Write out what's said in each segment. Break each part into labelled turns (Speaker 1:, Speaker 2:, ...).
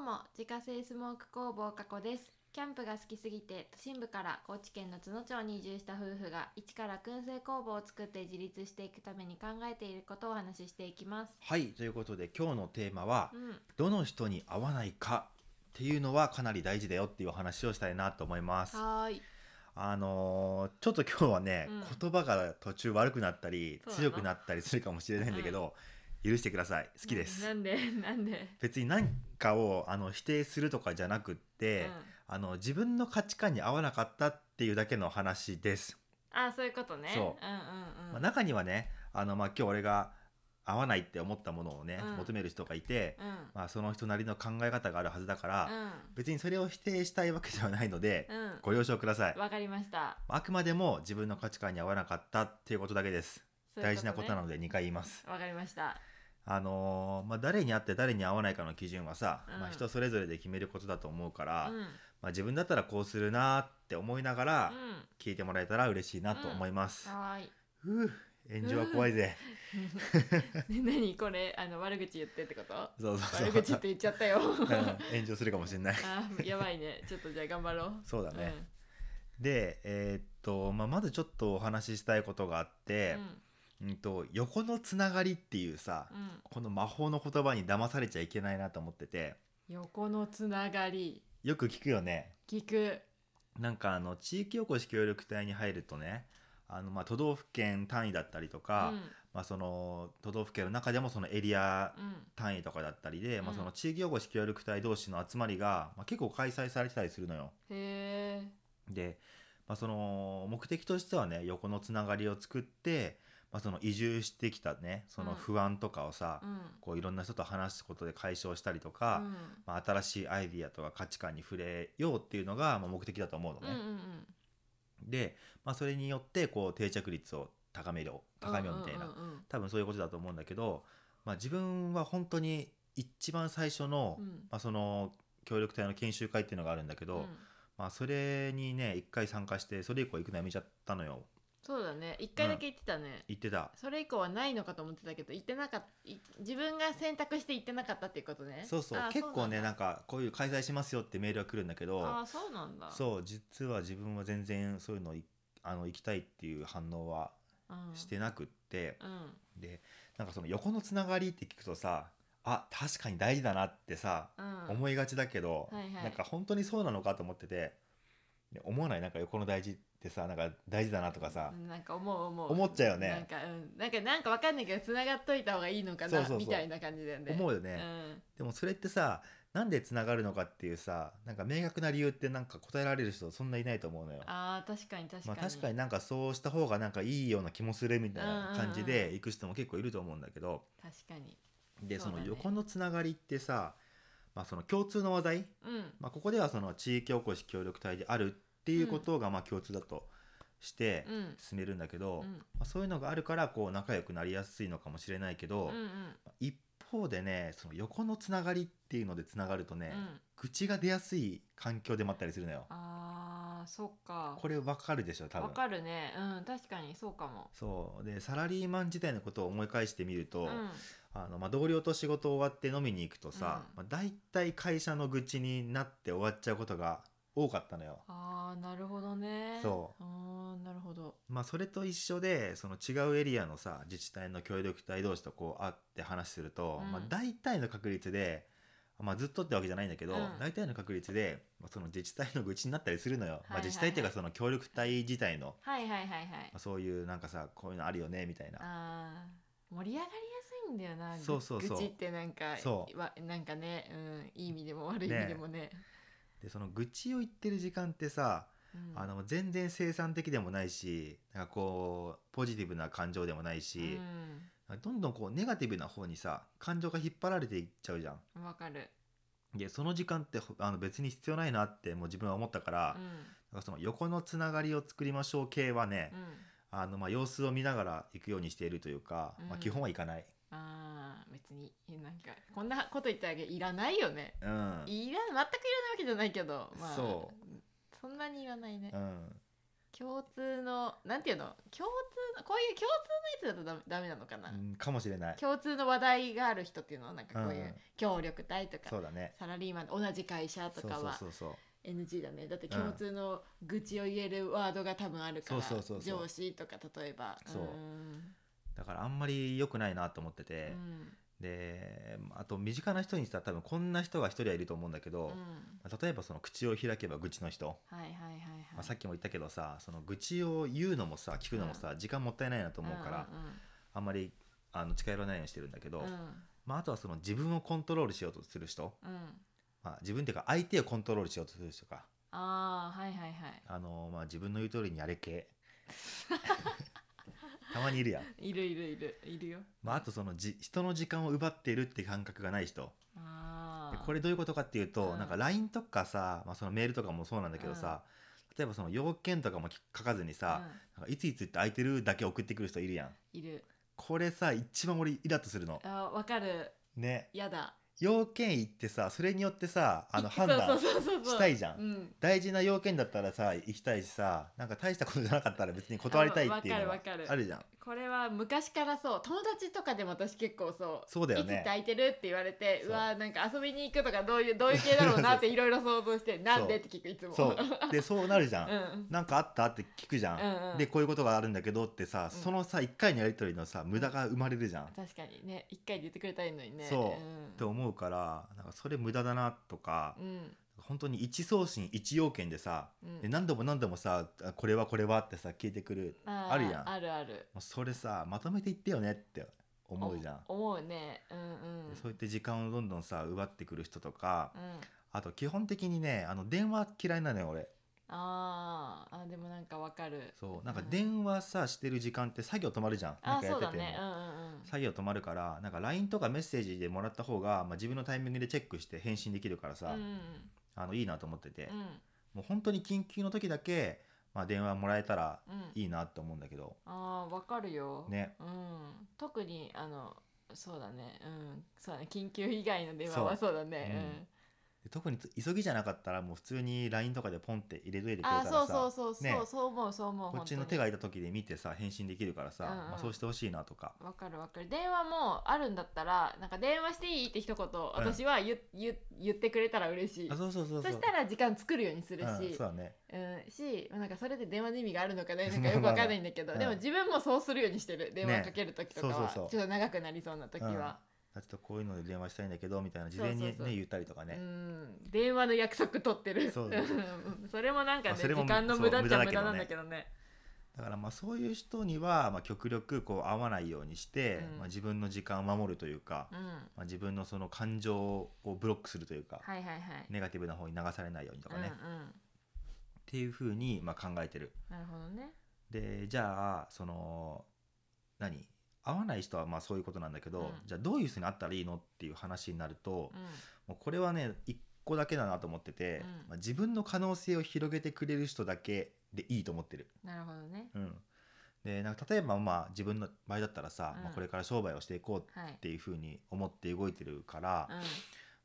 Speaker 1: も自家製スモーク工房加古ですキャンプが好きすぎて都心部から高知県の津野町に移住した夫婦が一から燻製工房を作って自立していくために考えていることをお話ししていきます
Speaker 2: はいということで今日のテーマは
Speaker 1: うん
Speaker 2: どの人に合わないかっていうのはかなり大事だよっていうお話をしたいなと思います。
Speaker 1: はーい
Speaker 2: あのーちょっと今日はね、
Speaker 1: うん
Speaker 2: 言葉が途中悪くなったり
Speaker 1: そうなの
Speaker 2: 強くなったりするかもしれないんだけど、許してください好きです。
Speaker 1: なんで なんで、
Speaker 2: 別に何かをあの否定するとかじゃなくって、
Speaker 1: うん
Speaker 2: あの自分の価値観に合わなかったっていうだけの話です。
Speaker 1: あそういうことね
Speaker 2: そ
Speaker 1: うんうんうん
Speaker 2: まあ、中にはねあの、まあ、今日俺が合わないって思ったものをね、
Speaker 1: うん
Speaker 2: 求める人がいて、
Speaker 1: うん
Speaker 2: まあ、その人なりの考え方があるはずだから、別にそれを否定したいわけではないので、
Speaker 1: うんうん
Speaker 2: ご了承ください。
Speaker 1: わかりました
Speaker 2: あくまでも自分の価値観に合わなかったっていうことだけです。
Speaker 1: そうい
Speaker 2: 大
Speaker 1: う
Speaker 2: 事なことな
Speaker 1: ね
Speaker 2: ので2回言います。
Speaker 1: わかりました
Speaker 2: あのーまあ、誰に合って誰に合わないかの基準はさ、
Speaker 1: うん
Speaker 2: まあ、人それぞれで決めることだと思うから、
Speaker 1: うんうん
Speaker 2: まあ、自分だったらこうするなーって思いながら聞いてもらえたら嬉しいなと思います。
Speaker 1: は ーい
Speaker 2: ふう炎上は怖いぜ。
Speaker 1: ね何これあの悪口言ってって こと
Speaker 2: そうそう
Speaker 1: 悪
Speaker 2: そう
Speaker 1: 口って言っちゃったよ
Speaker 2: うん炎上するかもしれない
Speaker 1: あやばいねちょっとじゃあ頑張ろう
Speaker 2: そうだね、で、えーっとまあ、まずちょっとお話ししたいことがあっ
Speaker 1: うん
Speaker 2: て、うんと横のつながりっていうさ、
Speaker 1: うんうん
Speaker 2: この魔法の言葉に騙されちゃいけないなと思ってて
Speaker 1: 横のつながり
Speaker 2: よく聞くよね
Speaker 1: 聞く
Speaker 2: なんかあの地域おこし協力隊に入るとねあのまあ都道府県単位だったりとか、
Speaker 1: うん
Speaker 2: まあ、その都道府県の中でもそのエリア
Speaker 1: うん
Speaker 2: 単位とかだったりで、ま
Speaker 1: う
Speaker 2: あ、
Speaker 1: ん
Speaker 2: その地域おこし協力隊同士の集まりが、まあ、結構開催されてたりするのよ。
Speaker 1: へえ
Speaker 2: で、まあ、その目的としてはね横のつながりを作って、まあ、その移住してきたねその不安とかをさ、
Speaker 1: うん
Speaker 2: こういろんな人と話すことで解消したりと
Speaker 1: う
Speaker 2: か、
Speaker 1: ん
Speaker 2: まあ、新しいアイディアとか価値観に触れようっていうのがまあ目的だと思うの
Speaker 1: うんうん
Speaker 2: ね。で、まあ、それによってこう定着率を高めよう
Speaker 1: うん
Speaker 2: 高めようみたいな、
Speaker 1: うんうんうん
Speaker 2: 多分そういうことだと思うんだけど、まあ、自分は本当に一番最初の、
Speaker 1: うん
Speaker 2: まあ、その協力隊の研修会っていうのがあるんだけど、
Speaker 1: うん
Speaker 2: まあ、それにね一回参加してそれ以降行くのやめちゃったのよ
Speaker 1: そうだね一回だけ言ってたね
Speaker 2: 行ってた
Speaker 1: それ以降はないのかと思ってたけど行ってなかったい自分が選択して行ってなかったっていうことね
Speaker 2: そうそう
Speaker 1: あ
Speaker 2: 結構ね
Speaker 1: そう
Speaker 2: なんんかこういう開催しますよってメールが来るんだけど
Speaker 1: だあそうなんだ
Speaker 2: そう実は自分は全然そういうのいあの行きたいっていう反応は
Speaker 1: うん
Speaker 2: してなくって、
Speaker 1: うん
Speaker 2: でなんかその横のつながりって聞くとさあ確かに大事だなってさ、
Speaker 1: うん
Speaker 2: 思いがちだけど、
Speaker 1: はいはい
Speaker 2: なんか本当にそうなのかと思っててで思わないなんか横の大事ってさなんか大事だなとかさ、
Speaker 1: なんか思う思う
Speaker 2: 思っちゃうよね
Speaker 1: なんか、うん、なんかなんかわかんないけど繋がっといた方がいいのかな
Speaker 2: そうそうそう
Speaker 1: みたいな感じだよね
Speaker 2: 思うよ
Speaker 1: う
Speaker 2: ね、
Speaker 1: ん
Speaker 2: でもそれってさなんでつながるのかっていうさなんか明確な理由ってなんか答えられる人そんないないと思うのよ。
Speaker 1: あー確かに確か
Speaker 2: まあ、
Speaker 1: に,、
Speaker 2: 確かになんかそうした方がなんかいいような気もするみたいな感じ
Speaker 1: うんうんう
Speaker 2: で行く人も結構いると思うんだけど、
Speaker 1: 確かに
Speaker 2: で
Speaker 1: そ
Speaker 2: そう
Speaker 1: だね
Speaker 2: の横のつながりってさ、まあ、その共通の話題、
Speaker 1: うん
Speaker 2: まあ、ここではその地域おこし協力隊であるっていうことがまあ共通だとして
Speaker 1: うん
Speaker 2: 進めるんだけど、
Speaker 1: うん
Speaker 2: まあ、そういうのがあるからこう仲良くなりやすいのかもしれないけど、
Speaker 1: うんうん
Speaker 2: 一方でねその横のつながりっていうのでつながるとね、
Speaker 1: うん
Speaker 2: 愚痴が出やすい環境でもあったりするのよ。
Speaker 1: あーそっか
Speaker 2: これわかるでしょ多
Speaker 1: わ
Speaker 2: 分
Speaker 1: かるねうん確かにそうかも
Speaker 2: そうでサラリーマン時代のことを思い返してみると、
Speaker 1: う
Speaker 2: あのまあ、同僚と仕事終わって飲みに行くとさ、まあ、大体会社の愚痴になって終わっちゃうことが多かったのよ。
Speaker 1: あーなるほどね
Speaker 2: そう
Speaker 1: あーなるほど
Speaker 2: まあ、それと一緒でその違うエリアのさ自治体の協力隊同士とこう会って話すると、
Speaker 1: うん
Speaker 2: まあ、大体の確率で、まあ、ずっとってわけじゃないんだけど、
Speaker 1: うん
Speaker 2: 大体の確率で、まあ、その自治体の愚痴になったりするのよ、
Speaker 1: はいはいは
Speaker 2: まあ、
Speaker 1: い
Speaker 2: 自治体っていうかその協力隊自体の、
Speaker 1: はいはいはいはい
Speaker 2: まあ、そういうなんかさこういうのあるよねみたいな
Speaker 1: あー盛り上がりやすいんだよな
Speaker 2: そうそうそう
Speaker 1: 愚痴ってなんか
Speaker 2: そう
Speaker 1: わなんかね、うん、いい意味でも悪い意味でもね
Speaker 2: でその愚痴を言ってる時間ってさ、
Speaker 1: うん
Speaker 2: あの全然生産的でもないしなんかこうポジティブな感情でもないし、なんかどんどんこうネガティブな方にさ感情が引っ張られていっちゃうじゃん。
Speaker 1: うんわかる、
Speaker 2: でその時間ってほあの別に必要ないなってもう自分は思ったから
Speaker 1: う、ん
Speaker 2: なんかその横のつながりを作りましょう系はね
Speaker 1: う、ん、
Speaker 2: あのまあ様子を見ながら行くようにしているというか、
Speaker 1: うん
Speaker 2: まあ、基本はいかない、
Speaker 1: あー別にえなんかこんなこと言ったらいらないよね
Speaker 2: うん
Speaker 1: いら全くいらないわけじゃないけど、まあ、
Speaker 2: そう
Speaker 1: そんなにいらないね
Speaker 2: う、ん、
Speaker 1: 共通のなんていうの共通のこういう共通のやつだとダメダメなのかな、
Speaker 2: うん、かもしれない、
Speaker 1: 共通の話題がある人っていうのはなんかこういううん協力隊とか、
Speaker 2: そうだね
Speaker 1: サラリーマン同じ会社と
Speaker 2: そう
Speaker 1: か
Speaker 2: そう
Speaker 1: は
Speaker 2: そうそう
Speaker 1: NG だねだって
Speaker 2: うん
Speaker 1: 共通の愚痴を言えるワードが多分あるから、
Speaker 2: そうそうそうそう
Speaker 1: 上司とか例えば
Speaker 2: そう
Speaker 1: ーん
Speaker 2: だからあんまり良くないなと思ってて、であと身近な人にさ多分こんな人が一人はいると思うんだけ
Speaker 1: うん、う
Speaker 2: ど、
Speaker 1: ん
Speaker 2: 例えばその口を開けば愚痴の人、
Speaker 1: はいはいはいはい、
Speaker 2: まあ、さっきも言ったけどさその愚痴を言うのもさ聞くのもさ、時間もったいないなと思うから、あんまりあの近寄らないようにしてるんだけど、
Speaker 1: うんうんうん
Speaker 2: まあ、あとはその自分をコントロールしようとする人、
Speaker 1: うん
Speaker 2: まあ、自分っていうか相手をコントロールしようとする人か
Speaker 1: ああはいはいは
Speaker 2: あの、まあ、自分の言う通りにやれ 系たまにいるやん、
Speaker 1: いいるいるいるいるよ
Speaker 2: まあ、あとそのじ人の時間を奪っているって感覚がない人
Speaker 1: あ
Speaker 2: で
Speaker 1: あ
Speaker 2: これどういうことかっていうと、
Speaker 1: うん
Speaker 2: なんか LINE とかさ、まあ、そのメールとかもそうなんだけどさ、例えばその要件とかもき書かずにさ、なんかいついつって空いてるだけ送ってくる人いるやん
Speaker 1: うん、いる
Speaker 2: これさ一番俺イラッとするの
Speaker 1: あーわかる
Speaker 2: ね
Speaker 1: やだ
Speaker 2: 要件言ってさそれによってさ あの
Speaker 1: そう
Speaker 2: 判
Speaker 1: そう
Speaker 2: 断
Speaker 1: そうそうそう
Speaker 2: したいじゃん
Speaker 1: うん
Speaker 2: 大事な要件だったらさ行きたいしさなんか大したことじゃなかったら別に断りたいっていうの
Speaker 1: あ
Speaker 2: は
Speaker 1: わかるわかる
Speaker 2: あるじゃん
Speaker 1: これは昔からそう友達とかでも私結構そう
Speaker 2: そうだよ
Speaker 1: いつ
Speaker 2: ね
Speaker 1: って空いてるって言われて
Speaker 2: そう
Speaker 1: うわなんか遊びに行くとかどういうどういう系だろうなっていろいろ想像してなんでって聞くいつも
Speaker 2: そうでそうなるじゃん、
Speaker 1: うんうん
Speaker 2: なんかあったって聞くじゃん、
Speaker 1: うんうん
Speaker 2: でこういうことがあるんだけどってさ、
Speaker 1: うん
Speaker 2: そのさ1回のやり取りのさ無駄が生まれるじゃん、
Speaker 1: 確かにね一回で言ってくれたらいいのにね
Speaker 2: そ
Speaker 1: ん
Speaker 2: って思うからなんかそれ無駄だなとか、
Speaker 1: うん
Speaker 2: 本当に一送信一要件でさ、
Speaker 1: うん
Speaker 2: で何度も何度もさあこれはこれはってさ聞いてくる
Speaker 1: あー
Speaker 2: あるやん
Speaker 1: あるある
Speaker 2: もうそれさまとめていってよねって思うじゃん、
Speaker 1: お思うねうんうん
Speaker 2: でそうやって時間をどんどんさ奪ってくる人とか、
Speaker 1: うん
Speaker 2: あと基本的にねあの電話嫌いなのよ俺
Speaker 1: あーあーでもなんかわかる
Speaker 2: そうなんか電話さしてる時間って作業止まるじゃん
Speaker 1: あ
Speaker 2: なん
Speaker 1: あ
Speaker 2: かや
Speaker 1: そ
Speaker 2: っ
Speaker 1: う
Speaker 2: て
Speaker 1: だ
Speaker 2: ても、
Speaker 1: ねうんうんうん
Speaker 2: 作業止まるからなんか LINE とかメッセージでもらった方が、まあ、自分のタイミングでチェックして返信できるから
Speaker 1: う
Speaker 2: さ、
Speaker 1: んうん
Speaker 2: あのいいなと思ってて、
Speaker 1: うん
Speaker 2: もう本当に緊急の時だけ、まあ、電話もらえたら
Speaker 1: うん
Speaker 2: いいなと思うんだけど、
Speaker 1: あーわかるよ、
Speaker 2: ね
Speaker 1: うん、特にあのそうだねうんそうだね緊急以外の電話はそうだね
Speaker 2: で特に急ぎじゃなかったらもう普通に LINE とかでポンって入れと
Speaker 1: うん、
Speaker 2: いてくれた
Speaker 1: あ
Speaker 2: ら
Speaker 1: あ
Speaker 2: さ
Speaker 1: そうそうそうそう、
Speaker 2: ね
Speaker 1: そう思うそう思う
Speaker 2: こっちの手
Speaker 1: が
Speaker 2: が空いた時で見てさ返信できるからさ、
Speaker 1: うんうん
Speaker 2: まあ、そうしてほしいなとか
Speaker 1: わかるわかる電話もあるんだったらなんか電話していいって一言私は言,、言言ってくれたら嬉しい
Speaker 2: あそうそうそうそう
Speaker 1: そしたら時間作るようにするし、
Speaker 2: うん、そうだね
Speaker 1: うん、しなんかそれで電話の意味があるのかねなんかよくわかんないんだけど、
Speaker 2: まあ
Speaker 1: で
Speaker 2: まあ
Speaker 1: も
Speaker 2: うん
Speaker 1: 自分もそうするようにしてる電話かける時とかは、
Speaker 2: そうそうそう
Speaker 1: ちょっと長くなりそうな時は、
Speaker 2: あちょっとこういうので電話したいんだけどみたいな事前に
Speaker 1: そ
Speaker 2: ね
Speaker 1: うそうそう
Speaker 2: 言ったりとかね、
Speaker 1: うん、電話の約束取ってる
Speaker 2: そう
Speaker 1: う
Speaker 2: そうん
Speaker 1: それもなんかね
Speaker 2: まあそれも
Speaker 1: 時間の無駄っちゃ
Speaker 2: そう
Speaker 1: 無
Speaker 2: 無
Speaker 1: 駄
Speaker 2: 駄
Speaker 1: な
Speaker 2: だけどね
Speaker 1: んだけどね
Speaker 2: だからまあそういう人にはまあ極力こう会わないようにして、
Speaker 1: うん
Speaker 2: まあ、自分の時間を守るというか、
Speaker 1: うん
Speaker 2: まあ、自分のその感情をブロックするというか、
Speaker 1: はいはいはい、
Speaker 2: ネガティブな方に流されないようにと
Speaker 1: う
Speaker 2: か
Speaker 1: んう
Speaker 2: ね、
Speaker 1: ん
Speaker 2: っ、ていうふうにまあ考えてる。
Speaker 1: なるほどね
Speaker 2: でじゃあその何会わない人はまあそういうことなんだけど、
Speaker 1: うん
Speaker 2: じゃあどういう人に会ったらいいのっていう話になると、
Speaker 1: うん
Speaker 2: もうこれはね一個だけだなと思ってて、
Speaker 1: うん
Speaker 2: まあ、自分の可能性を広げてくれる人だけでいいと思ってる。
Speaker 1: なるほどね
Speaker 2: うん、でなんか例えばまあ自分の場合だったらさ、
Speaker 1: うん
Speaker 2: まあ、これから商売をしていこうっ
Speaker 1: はい
Speaker 2: ていうふうに思って動いてるから、
Speaker 1: うん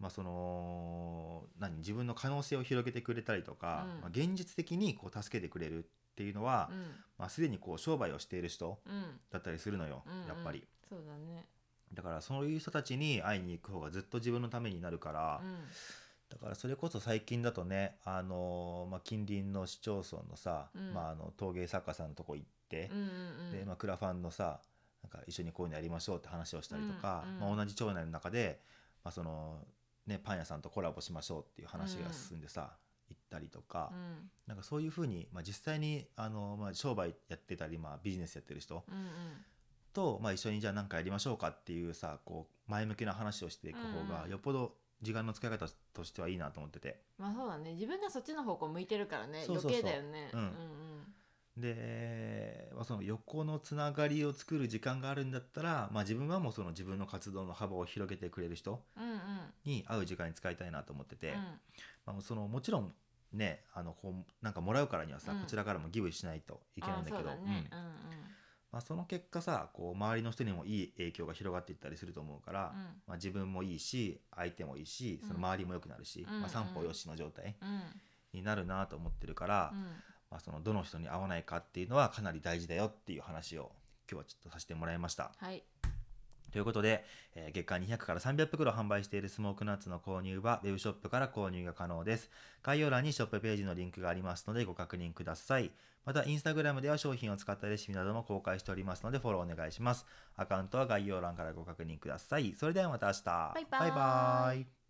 Speaker 2: まあ、その何自分の可能性を広げてくれたりとか、
Speaker 1: うん
Speaker 2: まあ、現実的にこう助けてくれるっていうのは、まあ、すでにこう商売をしている人
Speaker 1: うんうん
Speaker 2: だったりするのよ、
Speaker 1: うん
Speaker 2: やっぱり。
Speaker 1: そうだね
Speaker 2: だからそういう人たちに会いに行く方がずっと自分のためになるから、
Speaker 1: うん
Speaker 2: だからそれこそ最近だとね、あのーまあ、近隣の市町村のさ、
Speaker 1: うん
Speaker 2: まあ、あの陶芸作家さんのとこ行って、
Speaker 1: うんうんうん
Speaker 2: で、まあ、クラファンのさなんか一緒にこういうのやりましょうって話をしたりとか、
Speaker 1: うんうん
Speaker 2: まあ、同じ町内の中で、まあそのね、パン屋さんとコラボしましょうっていう話が進んでさ、行ったりとか、
Speaker 1: うん
Speaker 2: なんかそういうふうに、まあ、実際にあの、まあ、商売やってたり、まあ、ビジネスやってる人
Speaker 1: うんうん
Speaker 2: と、まあ、一緒にじゃあ何かやりましょうかっていうさこう前向きな話をしていく方
Speaker 1: うんう
Speaker 2: が
Speaker 1: ん
Speaker 2: よっぽど時間の使い方としてはいいなと思ってて。
Speaker 1: まあそうだね自分がそっちの方向向いてるからね
Speaker 2: そうそうそう
Speaker 1: 余計だよね
Speaker 2: うんで、まあ、その横のつながりを作る時間があるんだったら、まあ、自分はもうその自分の活動の幅を広げてくれる人
Speaker 1: うんうん
Speaker 2: に会う時間に使いたいなと思って
Speaker 1: う
Speaker 2: て、
Speaker 1: ん
Speaker 2: まあ、そのもちろんねあのこうなんかもらうからにはさ、
Speaker 1: うん
Speaker 2: こちらからもギブしないといけないんだけ
Speaker 1: あーそ
Speaker 2: ど
Speaker 1: うだ
Speaker 2: うん
Speaker 1: ねうん
Speaker 2: まあ、その結果さこう周りの人にもいい影響が広がっていったりすると思うから、
Speaker 1: うん
Speaker 2: まあ、自分もいいし相手もいいしその周りも良くなるし、
Speaker 1: うん
Speaker 2: まあ、三方よしの状態
Speaker 1: うんうん
Speaker 2: になるなと思ってるから、
Speaker 1: うん
Speaker 2: まあ、そのどの人に合わないかっていうのはかなり大事だよっていう話を今日はちょっとさせてもらいました。
Speaker 1: はい
Speaker 2: ということで、えー月間200から300袋販売しているスモークナッツの購入はウェブショップから購入が可能です。概要欄にショップページのリンクがありますのでご確認ください。また、インスタグラムでは商品を使ったレシピなども公開しておりますのでフォローお願いします。アカウントは概要欄からご確認ください。それではまた明日。
Speaker 1: バイバーイ
Speaker 2: バイバーイ